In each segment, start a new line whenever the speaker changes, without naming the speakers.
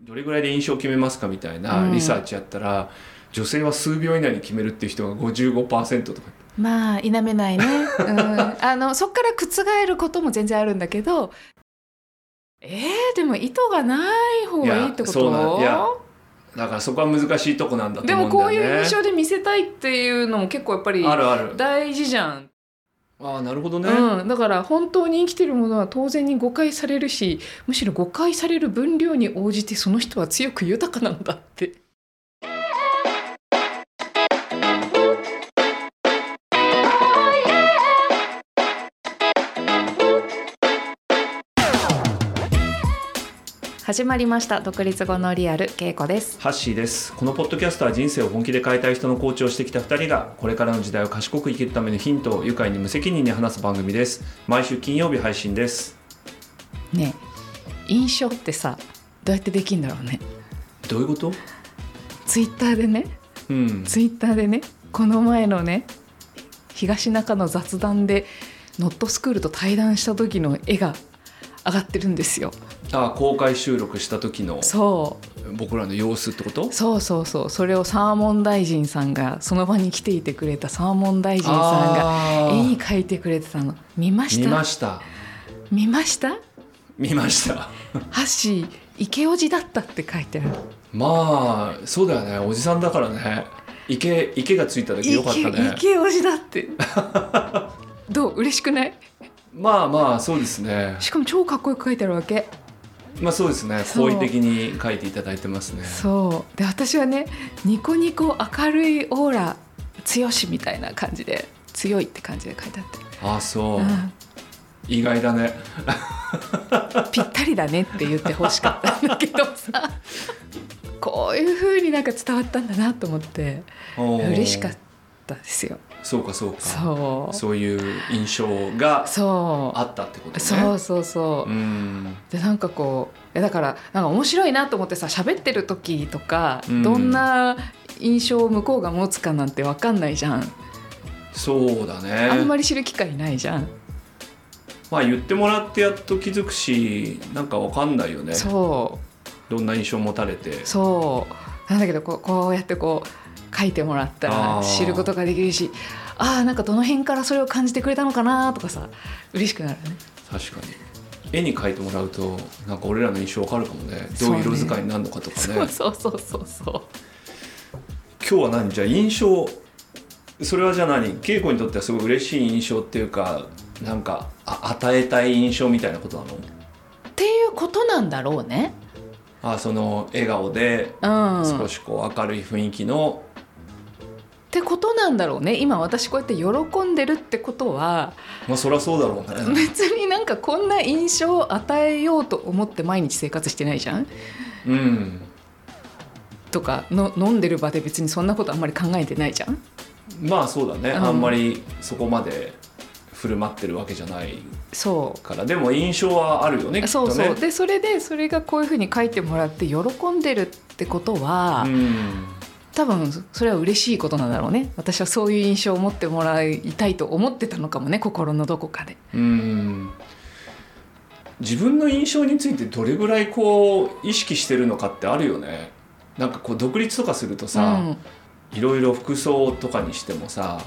どれぐらいで印象を決めますかみたいなリサーチやったら、女性は数秒以内に決めるっていう人が55%とか
まあ否めないね、うん、あのそこから覆ることも全然あるんだけどえー、でも意図がない方がいいってこ
そうなんいや
と
だからそこは難しいとこなんだと
で
思う
も
んだ
こ
よ
う
ね
いう印象で見せたいっていうのも結構やっぱり
あるある
大事じゃん、
ああなるほどね、
うん、だから本当に生きてるものは当然に誤解されるしむしろ誤解される分量に応じてその人は強く豊かなんだって。始まりました独立後のリアルけいこです
ハッシーですこのポッドキャストは人生を本気で変えたい人のコーチをしてきた2人がこれからの時代を賢く生きるためのヒントを愉快に無責任に話す番組です毎週金曜日配信です
ねえ印象ってさどうやってできるんだろうね
どういうこと
ツイッターでね
うん
ツイッターでねこの前のね東中の雑談でノットスクールと対談した時の絵が上がってるんですよ
ああ公開収録した時の
そ
僕らの様子ってこと
うそうそうそうそれをサーモン大臣さんがその場に来ていてくれたサーモン大臣さん
あ
が絵に
ー
描いてくれてたの見まし
見
た見
ま
ま
した
した
見ました
ハッシー池おじだったって書いてある
まあそうだよねおじさんだからね池池がついただけよかったね
池池おじだってどう嬉しくない
まあまあそうですね
しかも超かっこよく書いてあるわけ
まあそうですね
そう
好意的に書いていただいてますね
そうで私はねニコニコ明るいオーラ強しみたいな感じで強いって感じで書いてあって、
ああそう、
うん
意外だね
ぴったりだねって言ってほしかったんだけど さこういう風になんか伝わったんだなと思って
おー
嬉しかったですよ
そうかそうか
そうそう
そういう印象が
そ
あったってこと
う
ね
そうそう
うん
でなんかこういやだからなんか面白いなと思ってさ喋ってる時とか、
うん
どんな印象を向こうが持つかなんて分かんないじゃん、
そうだね
あんまり知る機会ないじゃん
まあ言ってもらってやっと気づくしなんかわかんないよね
そ
どんな印象持たれて
うそうなんだけどこうこうやってこう書いてもらった
あ
ら
ー
知ることができるしあーなんかどの辺からそれを感じてくれたのかなとかさ嬉しくなるね
確かに絵に描いてもらうとなんか俺らの印象わかるかもね
そ
どう
う
い
ね
う色使いになるのかとかね
そうそうそうそうそう
今日は何じゃあ印象それはじゃあ何稽古にとってはすごい嬉しい印象っていうかなんかあ与えたい印象みたいなことなの
っていうことなんだろうね
あその笑顔で
うん
少
っ
しこう明るい雰囲気の、
てことなんだろうね今私こうやって喜んでるってことは
まあそりゃそうだろうね
別になんかこんな印象を与えようと思って毎日生活してないじゃん
うん
とかの飲んでる場で別にそんなことあんまり考えてないじゃん
まあそうだね、
うん
あんまりそこまで振る舞ってるわけじゃない
そう
からでも印象はあるよねきっ
そ
と
う
ね
そうでそれでそれがこういうふうに書いてもらって喜んでるってことは、
うん
多分それは嬉しいことなんだろうね私はそういう印象を持ってもらいたいと思ってたのかもね心のどこかで
うん自分の印象についてどれぐらいこう意識してるのかってあるよねなんかこう独立とかするとさ、いろいろ服装とかにしてもさ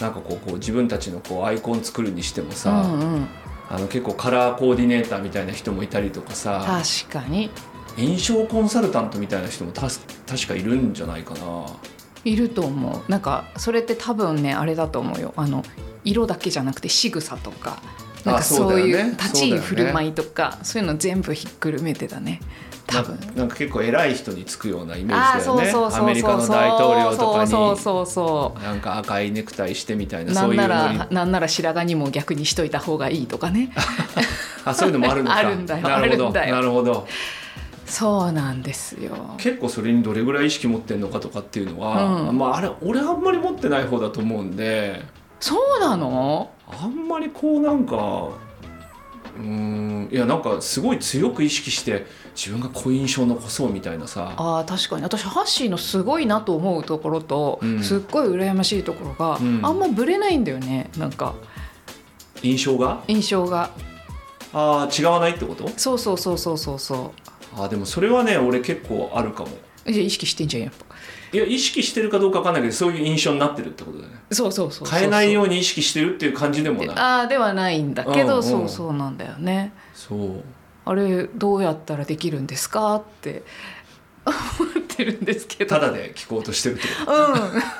なんかこうこう自分たちのこうアイコン作るにしても
うん、
さ、
うんうん、
あの結構カラーコーディネーターみたいな人もいたりとかさ
確かに
印象コンサルタントみたいな人もたす確かいるんじゃないかない
ると思うなんかそれって多分ねあれだと思うよあの色だけじゃなくて仕草とかなん
あ
か
そう
そう
だよね
いう立ち
そうだよ
居
ね
振る舞いとかそう,、いうの全部ひっくるめてだね多分
な。なんか結構偉い人につくようなイメ
あ
ー
あ
ジだ
そ
よ
う
ね
そうそうそう
アメリカの大統領とかに
そうそうそうそう
なんか赤いネクタイしてみたいな
な
そうんいう
な
のに
らなんなら白髪にも逆にしといた方がいいと かね
あそういうのもあるのか
あるんだよ
なるほ
ある
ど
んだよ
なるほど
そうなんですよ
結構それにどれぐらい意識持ってるのかとかっていうのは、
うん
まああれ俺あんまり持ってない方だと思うんで
そうなの
あんまりこうなんかうーんいやなんかすごい強く意識して自分がこういう印象を残そうみたいなさ
あー確かに私ハッシーのすごいなと思うところと、
うん
すっごい羨ましいところが、
うん
あんまぶれないんだよねなんか
印象が
印象が
あー違わないってこと
そうそうそうそうそうそう
あでもそれはね俺結構あるかも
じゃあ意識してんじゃんやっぱ
いや意識してるかどうかわかんないけどそういう印象になってるってことだね
そうそうそうそう
変えないよ
う
うに意識してるっていう感じでも
に
ない
ああではないんだけ
うん
ど、
うん
そうそうなんだよね
そう
あれどうやったらできるんですかって思ってるんですけど
ただで聞こうとしてるってこ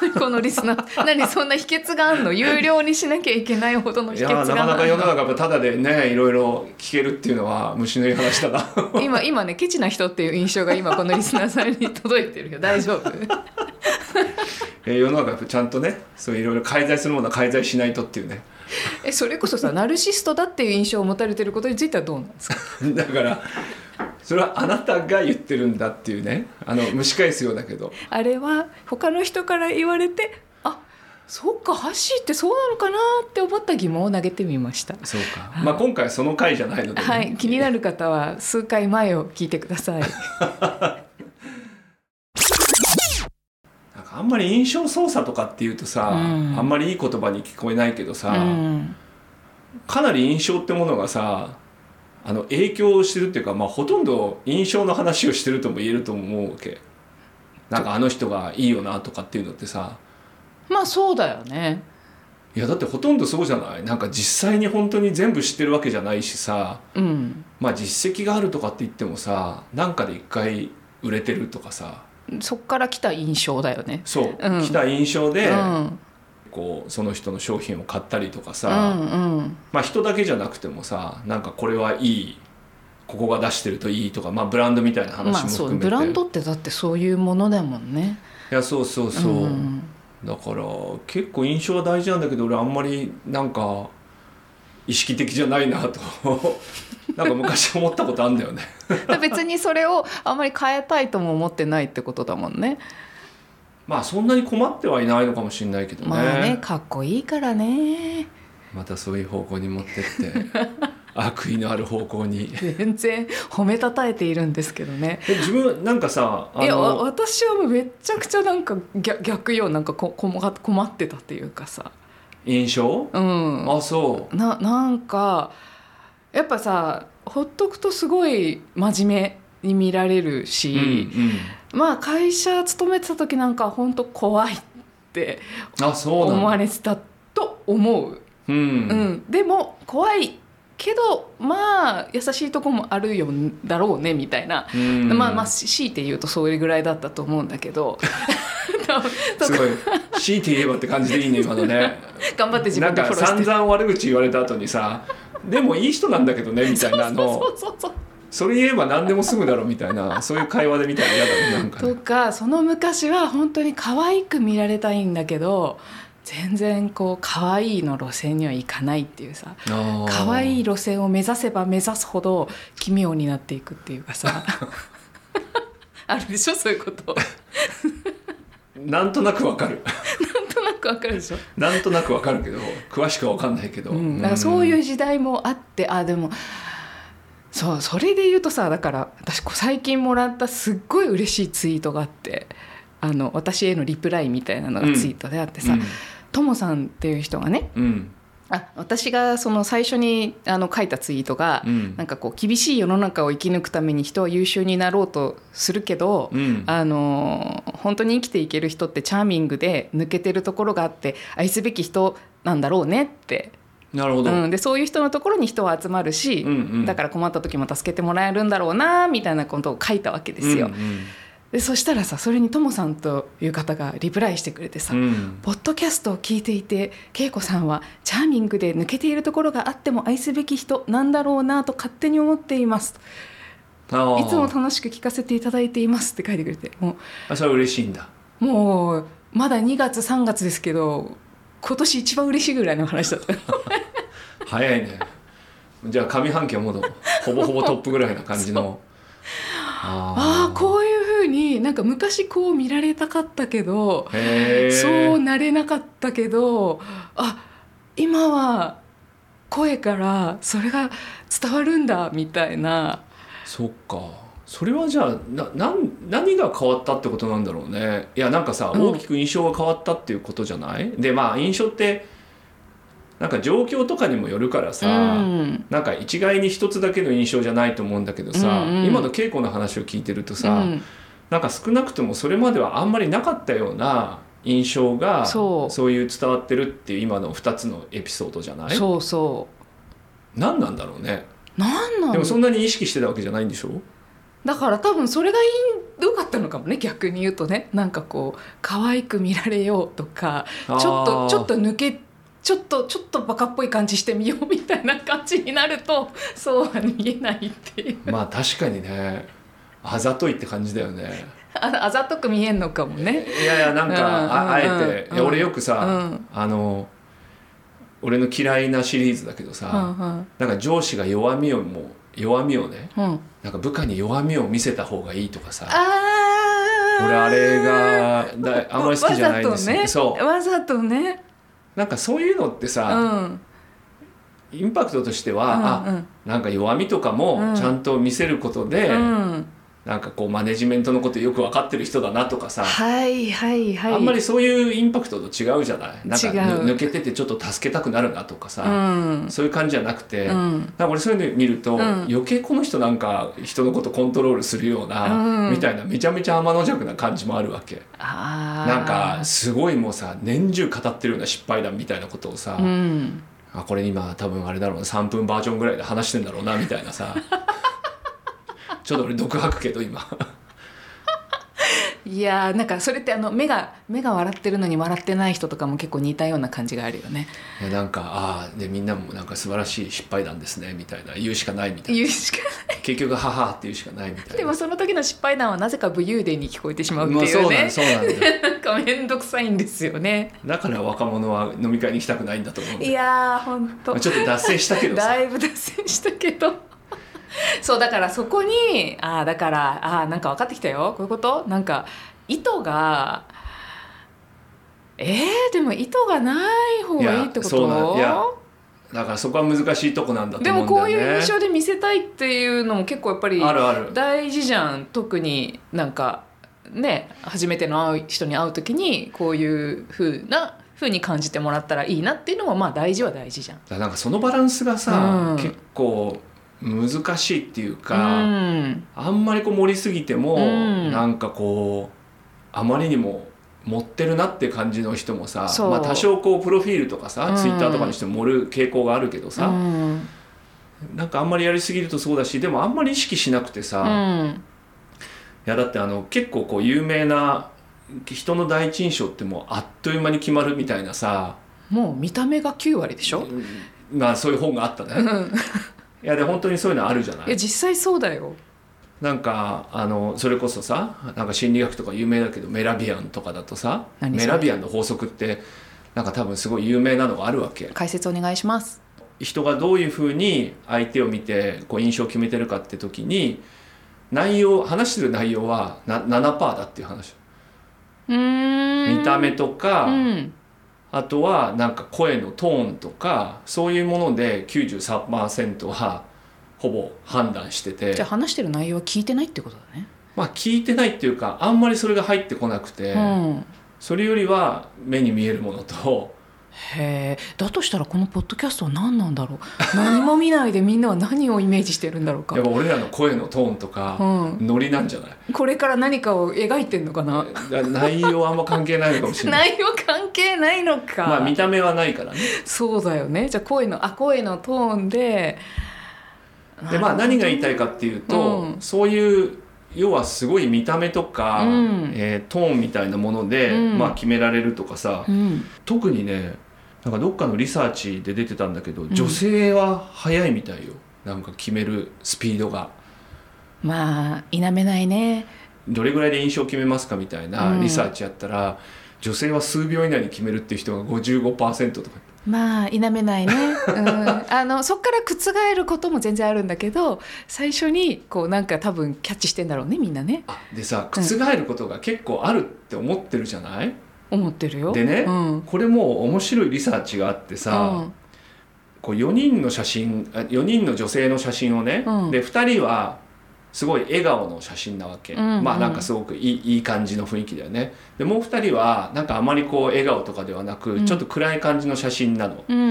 うん、このリスナー何そんな秘訣があんの有料にしなきゃいけないほどの
とい
秘
や
訣があ
ーな
んの
かなか世の中やっぱただでねいろいろ聞けるっていうのは虫のいい話 だな
今今ねケチな人っていう印象が今このリスナーさんに届いてるよ大丈夫
えー世の中やっぱちゃんとねそういろいろ介在するものは介在しないとっていうね
えそれこそさナルシストだっていう印象を持たれてることについてはどうなんですか
だからそれはあなたが言ってるんだっていうねあの蒸し返すようだけど
あれは他の人から言われてあそっかハッシーってそうなのかなって思った疑問を投げてみました
そうか、まあ、今回はその回じゃないのでね、
はい気になる方は数回前を聞いてください
なんかあんまり印象操作とかっていうとさ、
うん
あんまりいい言葉に聞こえないけどさ、
うん
かなり印象ってものがさあの影響してるっていうか、まあ、ほとんど印象の話をしてるとも言えると思うわけなんかあの人がいいよなとかっていうのってさ
まあそうだよね
いやだってほとんどそうじゃないなんか実際に本当に全部知ってるわけじゃないしさ
うん
まあ実績があるとかって言ってもさなんかで一回売れてるとかさ
そっから来た印象だよね
そう、
うん
来た印象で、
うん
こうその人の商品を買ったりとか
う
さ、
んうん
まあ人だけじゃなくてもさなんかこれはいいここが出してるといいとか、まあ、ブランドみたいな話も
まあそ
含
う
めて、
ブランドってだってそういうものだもんね
いやそうそうそう、
ん
だから結構印象は大事なんだけど俺あんまりなんか意識的じゃないなと なんか昔思ったことあるんだよね
で別にそれをあんまり変えたいとも思ってないってことだもんね
まあそんなに困ってはいないのかもしれないけどね,、
まあねかっこいいからね
またそういう方向に持ってって 悪意のある方向に
全然褒めたたえているんですけどね
え自分なんかさあ
いやわ
の
私はもうめっちゃくちゃなんか逆逆よなんかここもが困ってたっていうかさ
印象
うん
あそう
ななんかやっぱさほっとくとすごい真面目に見られる
う
し、
んうん
まあ会社勤めてた時なんか本当怖いって
あそう
思
な
わ
んだ
れてたと思う、
う
うん
ん、
でも怖いけどまあ優しいとこもあるよだろうねみたいな、
うん
まあまあ強いて言うとそれぐらいだったと思うんだけ ど
すごい強いて言えばって感じでいいね今のね
頑張って自
なん
分で
か
フォロー
散
して。
々悪口言われた後にさでもいい人なんだけどねみたいなの
そうそうそう
それ言えば何でも済むだろうみたいなそういう会話でみたいな嫌だねなんかね
とかその昔は本当に可愛く見られたいんだけど全然こう可愛いの路線にはいかないっていうさ
あー
可愛い路線を目指せば目指すほど奇妙になっていくっていうかさ あるでしょそういうこと
なんとなくわかる
なんとなくわかるでしょ、
なんとなくわかるけど詳しくはわかんないけど、
うん、だからそういううん時代もあってあでもそうそれで言うとさだから私こう最近もらったすっごい嬉しいツイートがあってあの私へのリプライみたいなのがツイートであってさ、ともさんっていう人がね
うん
あ私がその最初にあの書いたツイートが、
うん
なんかこう厳しい世の中を生き抜くために人は優秀になろうとするけど、
うん
あのー本当に生きていける人ってチャーミングで抜けてるところがあって愛すべき人なんだろうねって、
なるほ
う
ど、
ん、でそういう人のところに人は集まるし、
うんうん
だから困った時も助けてもらえるんだろうなみたいなことを書いたわけですよ。
うんうん
でそしたらさそれにともさんという方がリプライしてくれてさ、
うん
ポッドキャストを聞いていて恵子さんはチャーミングで抜けているところがあっても愛すべき人なんだろうなと勝手に思っています
あ
い
ー
つも楽しく聞かせていただいていますって書いてくれても
あそれは嬉しいんだ
うもうまだ2月3月ですけど今年一番嬉しいぐらいの話だった
早いねじゃあ上半期はもうほぼほぼトップぐらいな感じの
あ
あ
あこういうふうになんか昔こう見られたかったけど
うへえ
そうなれなかったけどあ今は声からそれが伝わるんだみたいな
そっかそれはじゃあななん何が変わったってことなんだろうねいやなんかさ
うん
大きく印象が変わったっていうことじゃない、でまあ印象ってなんか状況とかにもよるからさ、
うん
なんか一概に一つだけの印象じゃないと思うんだけどさ、
うんうん
今の稽古の話を聞いてると
う
さ、
ん
なんか少なくともそれまではあんまりなかったような印象が
そう
いう伝わってるっていう今の2つのエピソードじゃない
そうそ
何なんだろうね、
うなんな
でもそ
の
んなに意識してたわけじゃないんでしょ
だから多分それがいい良かったのかもね逆に言うとねなんかこう可愛く見られようとかちょっ
あ
と
ー
ちょっと抜けちょっとちょっとバカっぽい感じしてみようみたいな感じになると そうは見えないっていう
まあ確かにねあざといって感じだよね
ああざとく見えんのかもね。
いやいやなんかああえ
うんうんうん
て、いや俺よくさ、
うん
あの俺の嫌いなシリーズだけど
う
さ、
んうん
なんか上司が弱みをもう弱みをね
うん、
なんか部下に弱みを見せた方がいいとかさ
あー
俺あれがだあんまり好きじゃないんですよ、
わざと
そ
ねわざとね
うなんかそういうのって
う
さ、
ん
インパクトとしては、
うんう
あなんか弱みとかもちゃんと見せることで、
んうん
なんかこうマネジメントのことよく分かってる人だなとかさ、
はいはいはい
あんまりそういうインパクトと違うじゃないなんか
違う
ぬ抜けててちょっと助けたくなるなとか
う
さ、
ん
そういう感じじゃなくて、
う
なん
ん
か俺そういうの見ると、
うん
余計この人なんか人のことコントロールするような、
うん
みたいなめちゃめちゃ天の弱な感じもあるわけ。
あー
なんかすごいもうさ年中語ってるような失敗談みたいなことをさ、
うん
あこれ今多分あれだろうな3分バージョンぐらいで話してんだろうなみたいなさ ちょっと俺毒吐くけど今
いやーなんかそれってあの目が目が笑ってるのに笑ってない人とかも結構似たような感じがあるよね
いやなんかああでみんなもなんか素晴らしい失敗談ですねみたいな言うしかないみたいな
言うしか
結局ははって言うしかないみたいな
でもその時の失敗談はなぜか武勇伝に聞こえてしまうって
まあ
い
そううなん
ね
そうなんだよ
なんか面倒くさいんですよね
だから若者は飲み会に行きたくないんだと思うんだ
い
よ
やーほん
ま
と
あちょっと脱線したけど さ
だいぶ脱線したけど そうだからそこにああだからああーなんか分かってきたよこういうことなんか意図がえー、でも意図がない方がいいってこ
いやそうなんいや
と
だからそこは難しいとこなんだと
で
思う
も
んだよね
こういう印象で見せたいっていうのも結構やっぱり
あるある
大事じゃん特になんかね初めての会う人に会う時にこういう風な風に感じてもらったらいいなっていうのもまあ大事は大事じゃん。
だからなんかそのバランスがさ、
うん
結構難しいっていうか、
うん
あんまりこう盛りすぎても、
うん
なんかこうあまりにも持ってるなって感じの人もさ、
そう
まあ、多少こうプロフィールとかさ、
うん
ツイッターとかにしても盛る傾向があるけど
う
さ、
ん
なんかあんまりやりすぎるとそうだしでもあんまり意識しなくてさ、い
うん
やだってあの結構こう有名な人の第一印象ってもうあっという間に決まるみたいなさ
もう見た目が9割でしょ、
まあそういう本があった
う
ね。
ん、
いやで本当にそういうのあるじゃない
いや。実際そうだよ
なんかあのそれこそさなんか心理学とか有名だけどメラビアンとかだとさ
何
メ
それ
ラビアンの法則ってなんか多分すごい有名なのがあるわけ
解説お願いします
人がどういうふうに相手を見てこう印象を決めてるかって時に内容話してる内容はな7%だっていう話
うーん
見た目とか、
うん
あとはなんか声のトーンとかそういうもので93%はほぼ判断してて
じゃあ話してる内容は聞いてないってことだね、
まあ聞いてないっていうかあんまりそれが入ってこなくて。
うん
それよりは目に見えるものと
へえだとしたらこのポッドキャストは何なんだろう 何も見ないでみんなは何をイメージしてるんだろうか
やっぱ俺らの声のトーンとか
うん、
ノリなんじゃない
これから何かを描いてんのかな
だ内容あんま関係ないのかもしれない
内容関係ないのか、
まあ見た目はないからね
そうだよねじゃあ声のあ声のトーンで
でまあ何が言いたいかっていうと、
うん
そういう要はすごい見た目とか、
うん
えートーンみたいなもので、
うん
まあ決められるとかさ、
うん
特にねなんかどっかのリサーチで出てたんだけど女性は早いみたいよなんか決めるスピードが。
まあ否めないね
どれぐらいで印象を決めますかみたいな
うん
リサーチやったら、女性は数秒以内に決めるっていう人が55%とか
まあ否めな いね、うん、あのそこから覆ることも全然あるんだけど最初にこうなんか多分キャッチしてんだろうねみんなね
あでさ覆ることが結構あるって思ってるじゃない、
思ってるよ
でね
うん
これも面白いリサーチがあって
う
さ、
ん
こう4人の写真あ4人の女性の写真をね、
うん
で2人はすごい笑顔の写真なわけ、
うんうん
まあなんかすごくいいいい感じの雰囲気だよねでもう2人はなんかあまりこう笑顔とかではなく、
うん
ちょっと暗い感じの写真なの
うんう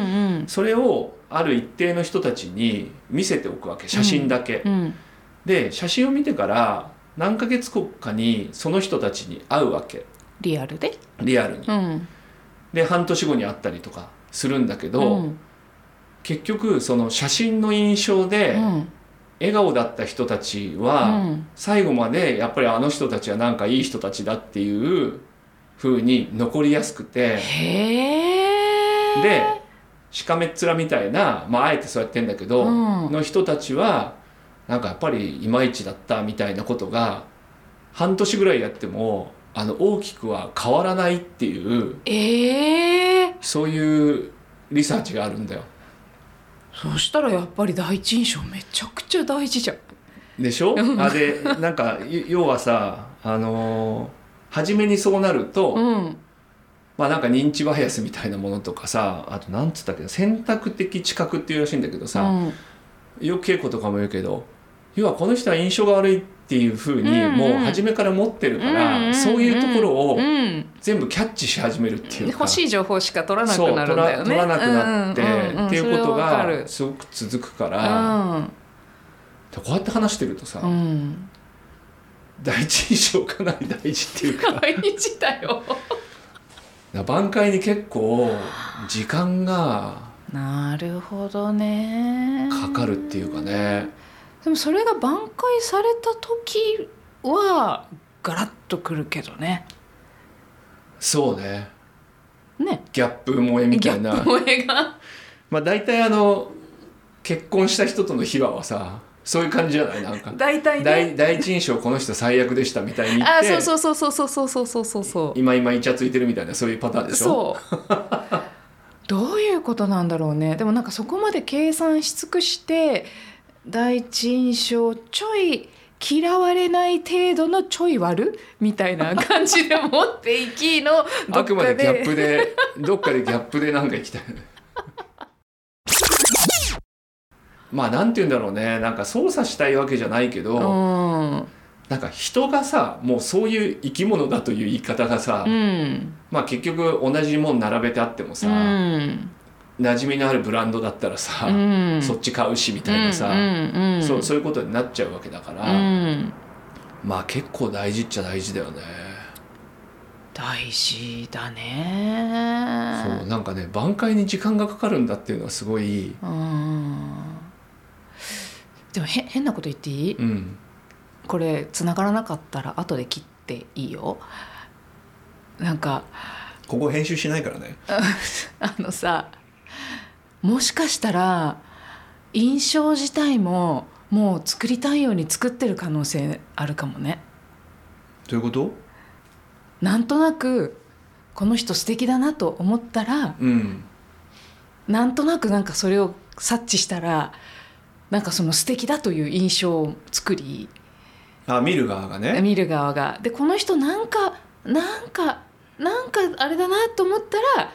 ん
それをある一定の人たちに見せておくわけ写真だけ、
うん
で写真を見てから何ヶ月後かにその人たちに会うわけ
リアルで
リアルに、
うん
で半年後に会ったりとかするんだけど、
うん
結局その写真の印象で
うん
笑顔だった人たちは、
うん
最後までやっぱりあの人たちはなんかいい人たちだっていう風に残りやすくて
へえ
でしかめっ面みたいな、まあ、あえてそうやってんだけど、
うん
の人たちはなんかやっぱりいまいちだったみたいなことが半年ぐらいやってもあの大きくは変わらないっていう
ええ
そういうリサーチがあるんだよ。
そしたらやっぱり第一印象めちゃくちゃ大事じゃん
でしょあでなんかい要はさあのー初めにそうなると、
うん
まあなんか認知バイアスみたいなものとかさあとなんつったっけな選択的知覚っていうらしいんだけどさ、
うん
よく稽古とかも言うけど要はこの人は印象が悪いっていうふうに
うんうん
もう初めから持ってるから、
んんん
そういうところを
うん
全部キャッチし始めるっていうか、
欲しい情報しか取らなくなるんだ
そ
よね
う取ら取らなくなって、
んんん
っていうこと
それはわか
が
る
すごく続くから、でこうやって話してるとさ、
うんうん
第一印象かなり大事っていうか
大事だ
だ
よ
から挽回に結構時間が
なるほどね
かかるっていうかね。
でもそれが挽回された時はガラッとくるけどね
そうね
ね
ギャップ萌えみ
ギ
た
ャ
い
ップ
な
萌えが
まあ大体あの結婚した人との秘話はさそういう感じじゃないなんか
大体ね
第第一印象この人最悪でしたみたいに言っ
あ
て
そうそうそうそうそうそうそうそうそう
今今イチャついてるみたいなそういうパターンでしょ
そう どういうことなんだろうねでもなんかそこまで計算し尽くして第一印象ちょい嫌われない程度のちょい悪みたいな感じで持っていきの ど
あ
っ
くまで
か
ギャッ
で
プでどっかでギャップでなんか行きたい まあなんて言うんだろうねなんか操作したいわけじゃないけど、
うん
なんか人がさもうそういう生き物だという言い方がさ、
うん
まあ結局同じもん並べてあってもさ、
うん
馴染みのあるブランドだったらさ、
うん
そっち買うしみたいなさ、
うんうん
そうそういうことになっちゃうわけだか
う
ら、
ん
まあ結構大事っちゃ大事だよね、
大事だね
そうなんかね挽回に時間がかかるんだっていうのはすごい
うんでもへ変なこと言っていい
うん
これ繋がらなかったら後で切っていいよなんか
ここ編集しないからね
あのさもしかしたら印象自体ももう作りたいように作ってる可能性あるかもね
どういうこと
なんとなくこの人素敵だなと思ったら
うん
なんとなくなんかそれを察知したらなんかその素敵だという印象を作り
あ見る側がね
見る側がでこの人なんかなんかなんかあれだなと思ったら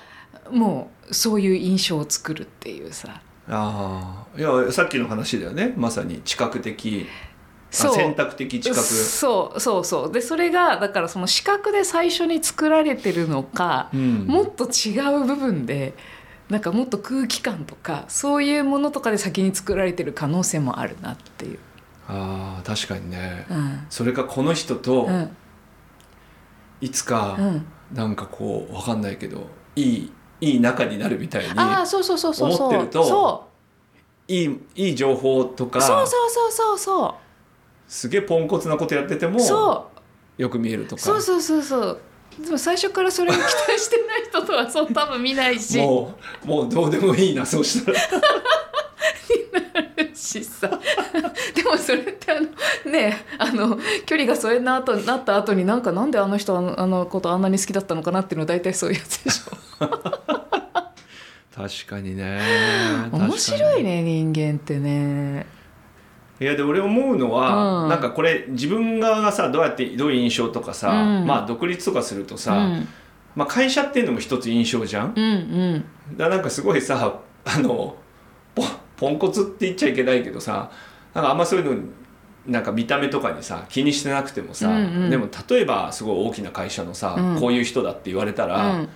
もうそういう印象を作るっていうさ
ああいやさっきの話だよねまさに知覚的あ
そう
選択的知覚
そうそうそうでそれがだからその視覚で最初に作られてるのか、
うん
もっと違う部分でなんかもっと空気感とかそういうものとかで先に作られてる可能性もあるなっていう。
ああ確かにね
うん
それかこの人と
うん
いつか
うん、
なんかこうわかんないけどいいいい仲になるみたいに
ああそうそうそうそうそう
思ってると
そう
いいいい情報とか
そうそうそうそうそう
すげえポンコツなことやってても
そう
よく見えるとか
そうそうそうそうでも最初からそれを期待してない人とはそう多分見ないし
もうもうどうでもいいなそうしたら
しさ でもそれってあのねあの距離がそれな後なった後になんかなんであの人あのあのことあんなに好きだったのかなっていうのは大体そういうやつ でしょ
確かにね
面白い
ね
ね人間ってね
いやで俺思うのは、
うん
なんかこれ自分側がさどうやってどういう印象とかさ、
うん
まあ独立とかするとさ、
うん
まあ、会社っていうのも一つ印象じゃん、
うんうん
だからなんかすごいさあのポポンコツって言っちゃいけないけどさなんかあんまそういうのなんか見た目とかにさ気にしてなくてもさ、
うんうん
でも例えばすごい大きな会社のさ、
うん
こういう人だって言われたら、
うん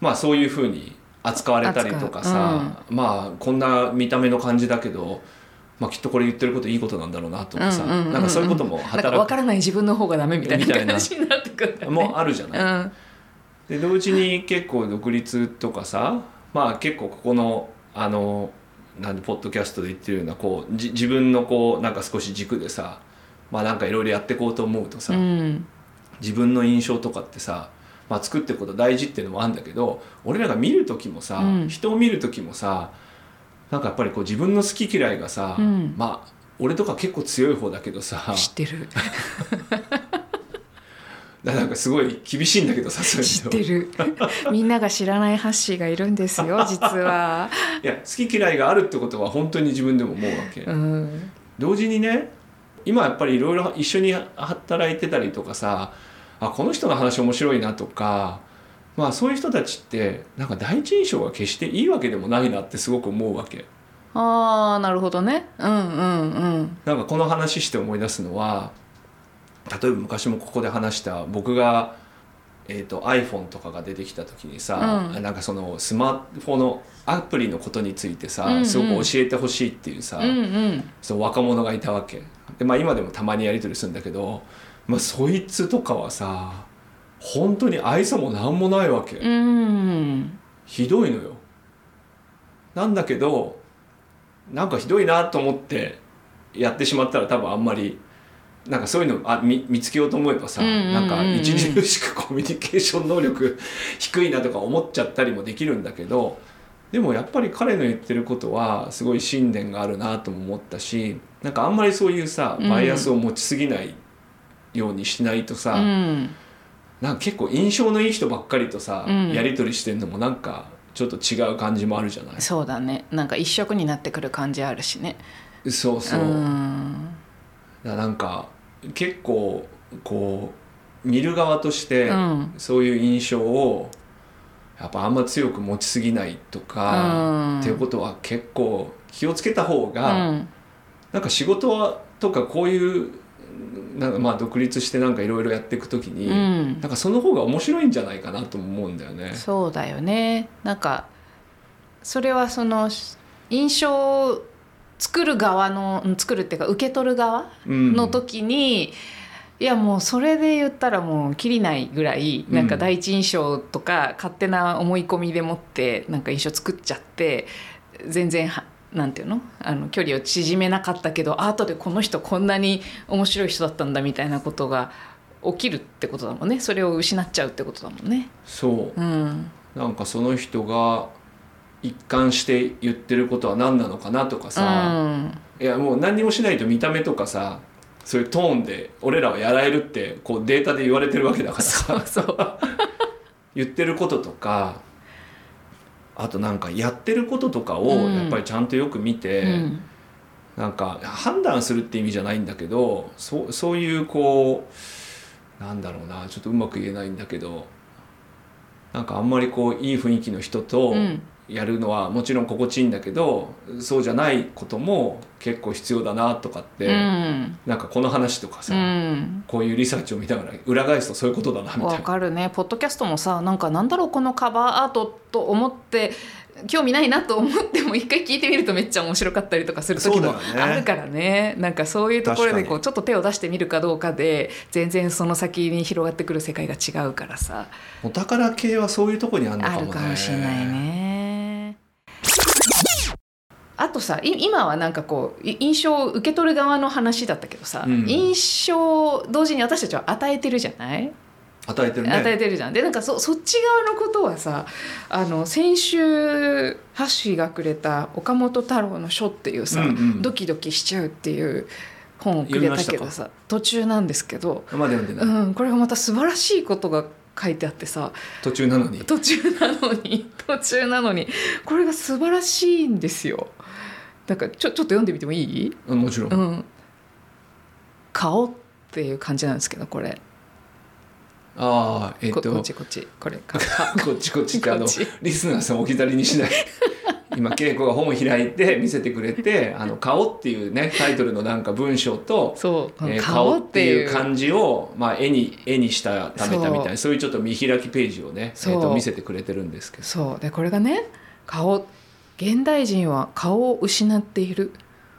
まあそういうふうに扱われたりとかさ、まあこんな見た目の感じだけど、まあ、きっとこれ言ってることいいことなんだろうなとかさ、
うんうんうんうん
なんかそういうことも
なんか
働
分
く
からない自分の方がダメみたい
みた
ない
な
感じになってくるんだよね
もうあるじゃない。
うん
で同時に結構独立とかさまあ結構ここのあのなんでポッドキャストで言ってるようなこうじ自分のこうなんか少し軸でさまあなんかいろいろやっていこうと思うとさ、
うん
自分の印象とかってさ、まあ、作っていくこと大事っていうのもあるんだけど俺らが見る時もさ、
うん
人を見る時もさなんかやっぱりこう自分の好き嫌いがさ、
うん
まあ俺とか結構強い方だけどさ
知ってる
だからなんかすごい厳しいんだけどさそう
知っ
い
て
う
るみんなが知らないハッシーがいるんですよ実は、
のいや好き嫌いがあるってことは本当に自分でも思うわけ。
うん、
同時にね今やっぱりいろいろ一緒に働いてたりとかさあこの人の話面白いなとか、まあ、そういう人たちってなんか第一印象が決していいわけでもないなってすごく思うわけ。
ああなるほどねうんうんうん
なんかこの話して思い出すのは例えば昔もここで話した僕が、えー、と iPhone とかが出てきた時にさ、
うん
なんかそのスマホのアプリのことについてさ、
うんうん
すごく教えてほしいっていうさ、
うんうん
その若者がいたわけで、まあ、今でもたまにやり取りするんだけど、まあ、そいつとかはさ本当に愛想も何もないわけ、
うん
ひどいのよなんだけどなんかひどいなと思ってやってしまったら多分あんまりなんかそういうのあ見見つけようと思えばさ、
うんうんうんうん
なんか著しくコミュニケーション能力 低いなとか思っちゃったりもできるんだけどでもやっぱり彼の言ってることはすごい信念があるなとも思ったしなんかあんまりそういうさバイアスを持ちすぎないようにしないとさ、
うん
なんか結構印象のいい人ばっかりとさ、
うん
やり取りしてるのもなんかちょっと違う感じもあるじゃない
そうだねなんか一色になってくる感じあるしね
そうそう、
ん
だなんか結構こう見る側として
うん
そういう印象をやっぱあんま強く持ちすぎないとか、
うん
っていうことは結構気をつけた方が、
うん
なんか仕事はとかこういうなんかまあ独立してなんかいろいろやっていく時に、
うん
なんかその方が面白いんじゃないかなとも思うんだよね。
そうだよねなんかそれはその印象を作る側のうん作るっていうか受け取る側
うん
の時に、いやもうそれで言ったらもうきりないぐらいなんか
うん
第一印象とか勝手な思い込みでもってなんか印象作っちゃって全然はなんていうのあの距離を縮めなかったけどあ後でこの人こんなに面白い人だったんだみたいなことが起きるってことだもんねそれを失っちゃうってことだもんね。
そう
うん
なんかその人が一貫して言ってることは何なのかなとかさ、いやもう何にもしないと見た目とかさそういうトーンで俺らはやられるってこうデータで言われてるわけだから
そう
さ
そう
言ってることとかあとなんかやってることとかを
うん
やっぱりちゃんとよく見て、
うん
なんか判断するって意味じゃないんだけどそうそういうこうなんだろうなちょっとうまく言えないんだけどなんかあんまりこういい雰囲気の人と、
うん
やるのはもちろん心地いいんだけどそうじゃないことも結構必要だなとかって、
うん
なんかこの話とかさ、
うん
こういうリサーチを見ながら裏返すとそういうことだなみた
わ
いな。
かるねポッドキャストもさなんかなんだろうこのカバーアートと思って興味ないなと思っても一回聞いてみるとめっちゃ面白かったりとかする時も
そうだよね
あるからねなんかそういうところでこうちょっと手を出してみるかどうかで全然その先に広がってくる世界が違うからさ
お宝系はそういうとこにあるのか
あ
もね。
るかもしれない。ね。あとさい今はなんかこうい印象を受け取る側の話だったけどさ、
うん
印象を同時に私たちは与えてるじゃない
与えてる
与え
ね。
てるじゃん。でなんかそそっち側のことはさあの先週ハッシーがくれた岡本太郎の書っていうさ、
うんうん
ドキドキしちゃうっていう本をくれたけどさ途中なんですけど、
まだ読んで
う
ない。
ん、これがまた素晴らしいことが書いてあってさ
途中なのに。
途中なのに途中なのにこれが素晴らしいんですよ。なんかちょちょっと読んでみてもいい
うんもちろん。
うん、顔っていう感じなんですけどこれ、
ああ、えっ、
ことこっ
こ
ちこっちこれか
っちこっちってあの
こっち
リスナーさん置き去りにしない。今恵子が本を開いて見せてくれて「あの顔」っていうねタイトルのなんか文章と
そう、
えー
顔
顔
っ
って
て
い
いうう
漢字を、まあ、絵に絵にしたためたみたい
そう
なそういうちょっと見開きページをね、え
そう
ー、と見せてくれてるんですけど
そうでこれがね顔現代人は顔を失っている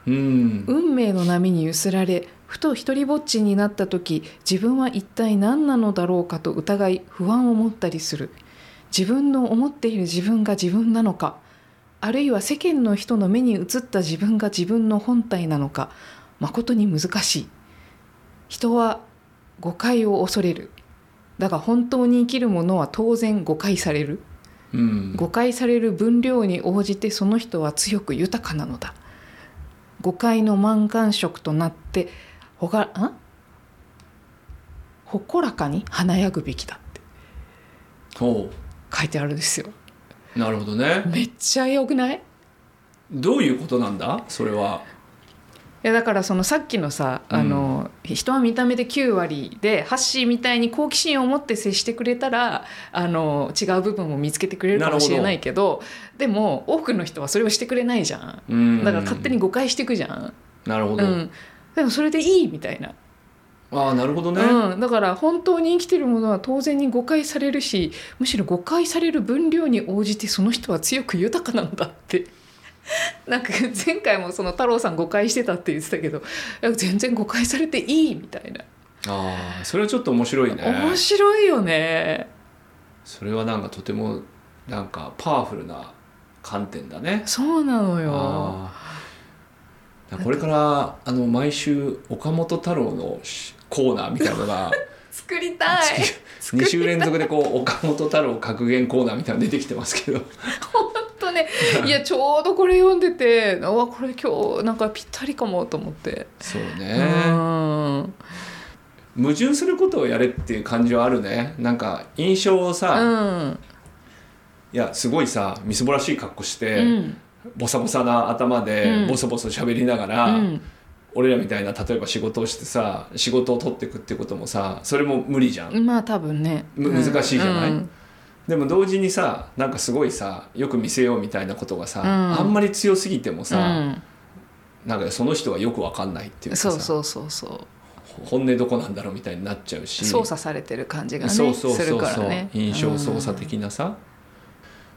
うん
運命の波に揺すられふと一人ぼっちになった時自分は一体何なのだろうかと疑い不安を持ったりする自分の思っている自分が自分なのかあるいは世間の人の目に映った自分が自分の本体なのか誠に難しい人は誤解を恐れるだが本当に生きるものは当然誤解される
うん
誤解される分量に応じてその人は強く豊かなのだ誤解の満感色となってほがん誇らかに華やぐべきだって
ほ
書いてあるんですよ
うなるほどね
めっちゃ良くないい
どういうことなんだそれは
やだからそのさっきのさ、あの人は見た目で9割でハッシーみたいに好奇心を持って接してくれたらあの違う部分を見つけてくれるかもしれないけどでも多くの人はそれをしてくれないじゃん
うん
だから勝手に誤解していくじゃん
なるほど、
うん、でもそれでいいみたいな、
ああなるほどね、
うん、だから本当に生きてるものは当然に誤解されるしむしろ誤解される分量に応じてその人は強く豊かなんだって なんか前回もその太郎さん誤解してたって言ってたけどいや全然誤解されていいみたいな、
ああそれはちょっと面白いね
面白いよね
それはなんかとてもなんかパワフルな観点だね
そうなのよ
ああこれからあの毎週岡本太郎のしコーナーみたいなの が
作りたい
2週連続でこう岡本太郎格言コーナーみたいなの出てきてます けど
本当ねいやちょうどこれ読んでてうわこれ今日なんかぴったりかもと思って、
そう
う
ね
ん
矛盾することをやれっていう感じはあるねなんか印象を
う
さ、
ん
いやすごいさみすぼらしい格好して、
うん
ボサボサな頭
う
で
ん
ボソボソ喋りながら、
うん
俺らみたいな例えば仕事をしてさ仕事を取ってくってこともさそれも無理じゃん、
まあ多分ね
む難しいじゃない
うん
でも同時にさなんかすごいさよく見せようみたいなことがさ、
うん
あんまり強すぎても
う
さ、
ん
なんかその人がよくわかんないっていうかさ
そうそうそうそう
本音どこなんだろうみたいになっちゃうし
操作されてる感じがね
そうそう
す
そ
る
う
から
そう、
ね
印象操作的なさ、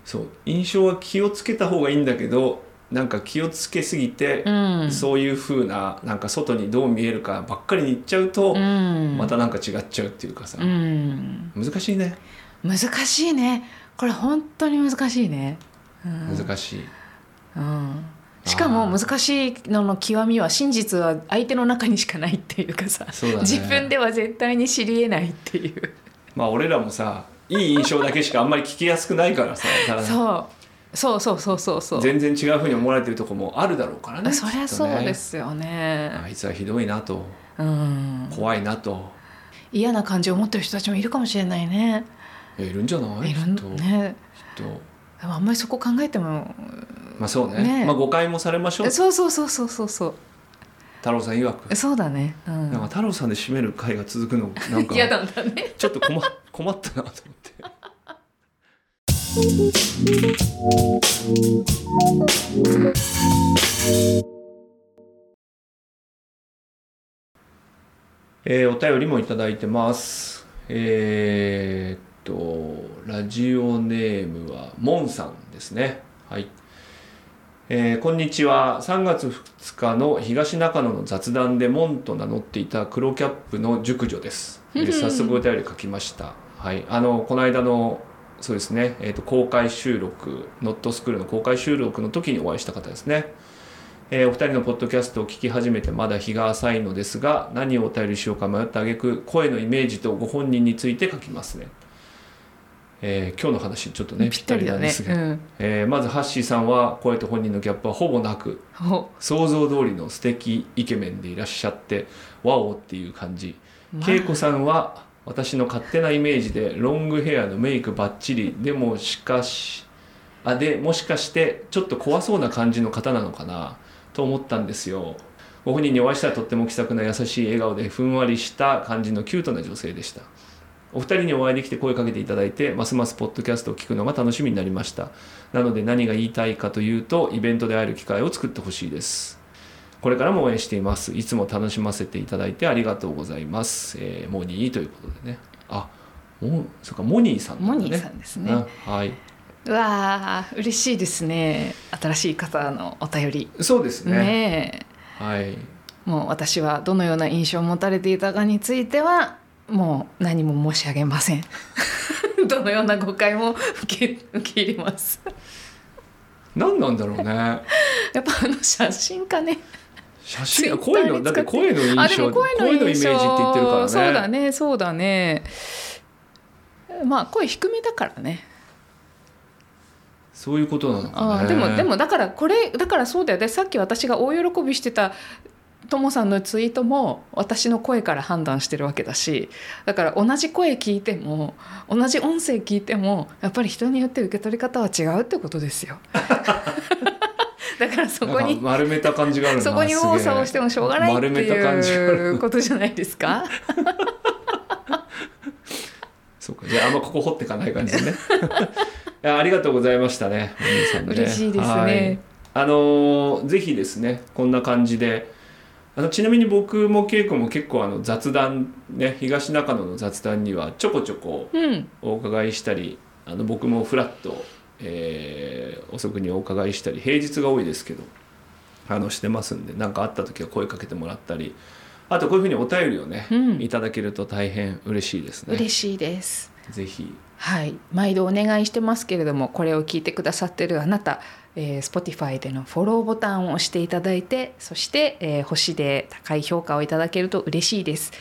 そう印象は気をつけた方がいいんだけどなんか気をつけすぎて
う、ん
そういう風ななんか外にどう見えるかばっかりにいっちゃうと、
うん
またなんか違っちゃうっていうかさ
う、ん
難しいね
難しいねこれ本当に難しいねうん
難しい、
うんしかも
あー
難しいのの極みは真実は相手の中にしかないっていうかさ
そうだね
自分では絶対に知りえないっていう
まあ俺らもさいい印象だけしかあんまり聞きやすくないからさだから
そうそうそうそうそうそう
全然違う風に思われてるとこもあるだろうからね
そりゃ
きっと
そう
ね
ですよね
あいつはひどいなと
うん
怖いなと
嫌な感じを持ってる人たちもいるかもしれないね。
いやいるんじゃない
いる
きっと
んね。
きっと
でもあんまりそこ考えても、
まあそうね
ね
まあ誤解もされましょう
そうそうそうそうそうそ
太郎さん曰く
う、そうだね。う
なんか
ん。
太郎さんで締める会が続くのなんか
嫌なんだね。
ちょっと困困ったなと思って。えーお便りもいただいてます。えーっとラジオネームはモンさんですね。はい。えーこんにちは3月2日の東中野の雑談でモンと名乗っていた黒キャップの熟女です、えー早速お便り書きました、はい、あのこの間のそうですね、えー、と公開収録ノットスクールの公開収録の時にお会いした方ですね、えーお二人のポッドキャストを聞き始めてまだ日が浅いのですが何をお便りしようか迷った挙句声のイメージとご本人について書きますね、えー今日の話ちょっとね
ぴったりだ
なん
ね
で。すが
うん。
えーまずハッシーさんは声と本人のギャップはほぼなく
ほ
想像通りの素敵イケメンでいらっしゃってワオっていう感じ
まあ
恵子さんは私の勝手なイメージでロングヘアのメイクバッチリでもしかしあでもしかしてちょっと怖そうな感じの方なのかなと思ったんですよご本人にお会いしたらとっても気さくな優しい笑顔でふんわりした感じのキュートな女性でしたお二人にお会いできて声かけていただいてますますポッドキャストを聞くのが楽しみになりましたなので何が言いたいかというとイベントで会える機会を作ってほしいですこれからも応援していますいつも楽しませていただいてありがとうございます、えーモニーということでねあもうそっかモニーさんな
モ
んだ
ニ
ね
ーさんですね。
うんはい、
うわあ嬉しいですね。新しい方のお便り。
そうですね
ね
はい
えもう私はどのような印象を持たれていたかについてはもう何も申し上げませ ん。どのような誤解も受け受け入れます。
何なんだろうね
やっぱあの写真家ね。
写真
Twitter
声の
に
だ
使
っ
ってて
声の印象
あでも声の
イメージっ
印
て
象
言ってるからね
そうだねそうだね。まあ声低めだからね。
そういうことなのか
あ
ね
ーでもでもだからこれだからそうだよねさっき私が大喜びしてたともさんのツイートも私の声から判断してるわけだしだから同じ声聞いても同じ音声聞いてもやっぱり人によって受け取り方は違うってことですよ。 だからそこ
なん
に
か丸めた感じがあるな
そこに多さをしてもしょうがないって
丸めた感じがあ
い
る
うことじゃないですか。
そうかじゃああんまここ掘っていかない感じ でねいやありがとうございましたねお兄さんね
嬉しいですね
はいあのーぜひですねこんな感じであのちなみに僕も稽古も結構あの雑談ね東中野の雑談にはちょこちょこ
うん、
お伺いしたりあの僕もフラッと、えー遅くにお伺いしたり平日が多いですけどあのしてますんで何かあった時は声かけてもらったりあとこういうふうにお便りをね、
うん
いただけると大変嬉しいですね。
嬉しいです。
ぜひ
はい、毎度お願いしてますけれどもこれを聞いてくださってるあなた、えー、Spotify でのフォローボタンを押していただいてそして、えー星で高い評価をいただけると嬉しいです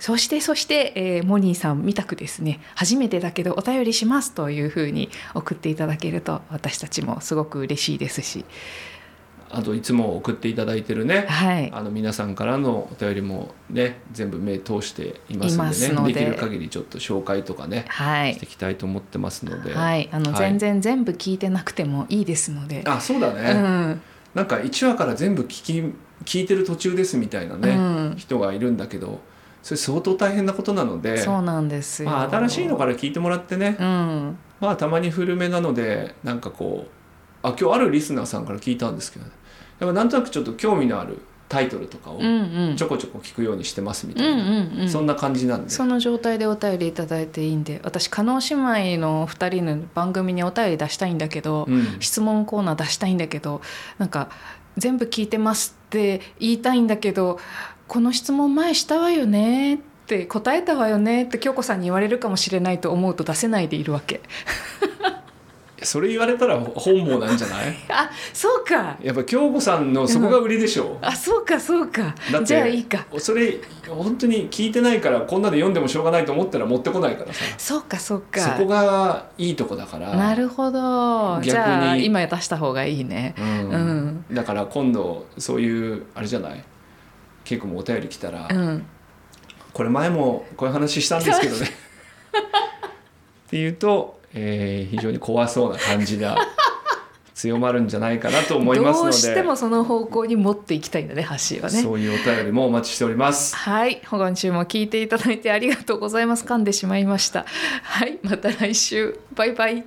そしてそして、えーモニーさんみたくですね初めてだけどお便りしますというふうに送っていただけると私たちもすごく嬉しいですし
あといつも送っていただいてるね、
はい
あの皆さんからのお便りもね全部目通していますんでね
いますので
できる限りちょっと紹介とかね、
は
し
い
てい、きたいと思ってますので、
はい、あの
はい
全然全部聞いてなくてもいいですので、
あそうだね、
うん
なんか1話から全部聞き聞いてる途中ですみたいなね、
うん
人がいるんだけどそれ相当大変なことなので、
そうなんですよ、
まあ、新しいのから聞いてもらってね、
うん
まあたまに古めなのでなんかこうあ今日あるリスナーさんから聞いたんですけど、ね、やっぱなんとなくちょっと興味のあるタイトルとかを
うんうん
ちょこちょこ聞くようにしてますみ
う
た
ん
いな、
うんうん
そんな感じなんで
その状態でお便りいただいていいんで私加納姉妹のお二人の番組にお便り出したいんだけど、
うん
質問コーナー出したいんだけどなんか全部聞いてますって言いたいんだけどこの質問前したわよねって答えたわよねって京子さんに言われるかもしれないと思うと出せないでいるわけ
それ言われたら本望なんじゃない
あそうか
やっぱ京子さんのそこが売りでしょう、
あそうかそうか
だって
じゃあいいか
それ本当に聞いてないからこんなの読んでもしょうがないと思ったら持ってこないからさ
そうかそうか
そこがいいとこだから
なるほど
逆に
じゃあ今出した方がいいね
うん
うん
だから今度そういうあれじゃない結構もお便り来たら、
うん
これ前もこういう話したんですけどねっていうと、えー非常に怖そうな感じが強まるんじゃないかなと思いますので
どうしてもその方向に持っていきたいんだね橋はね
そういうお便りもお待ちしております
はい今週も聞いていただいてありがとうございます噛んでしまいましたはいまた来週バイバイ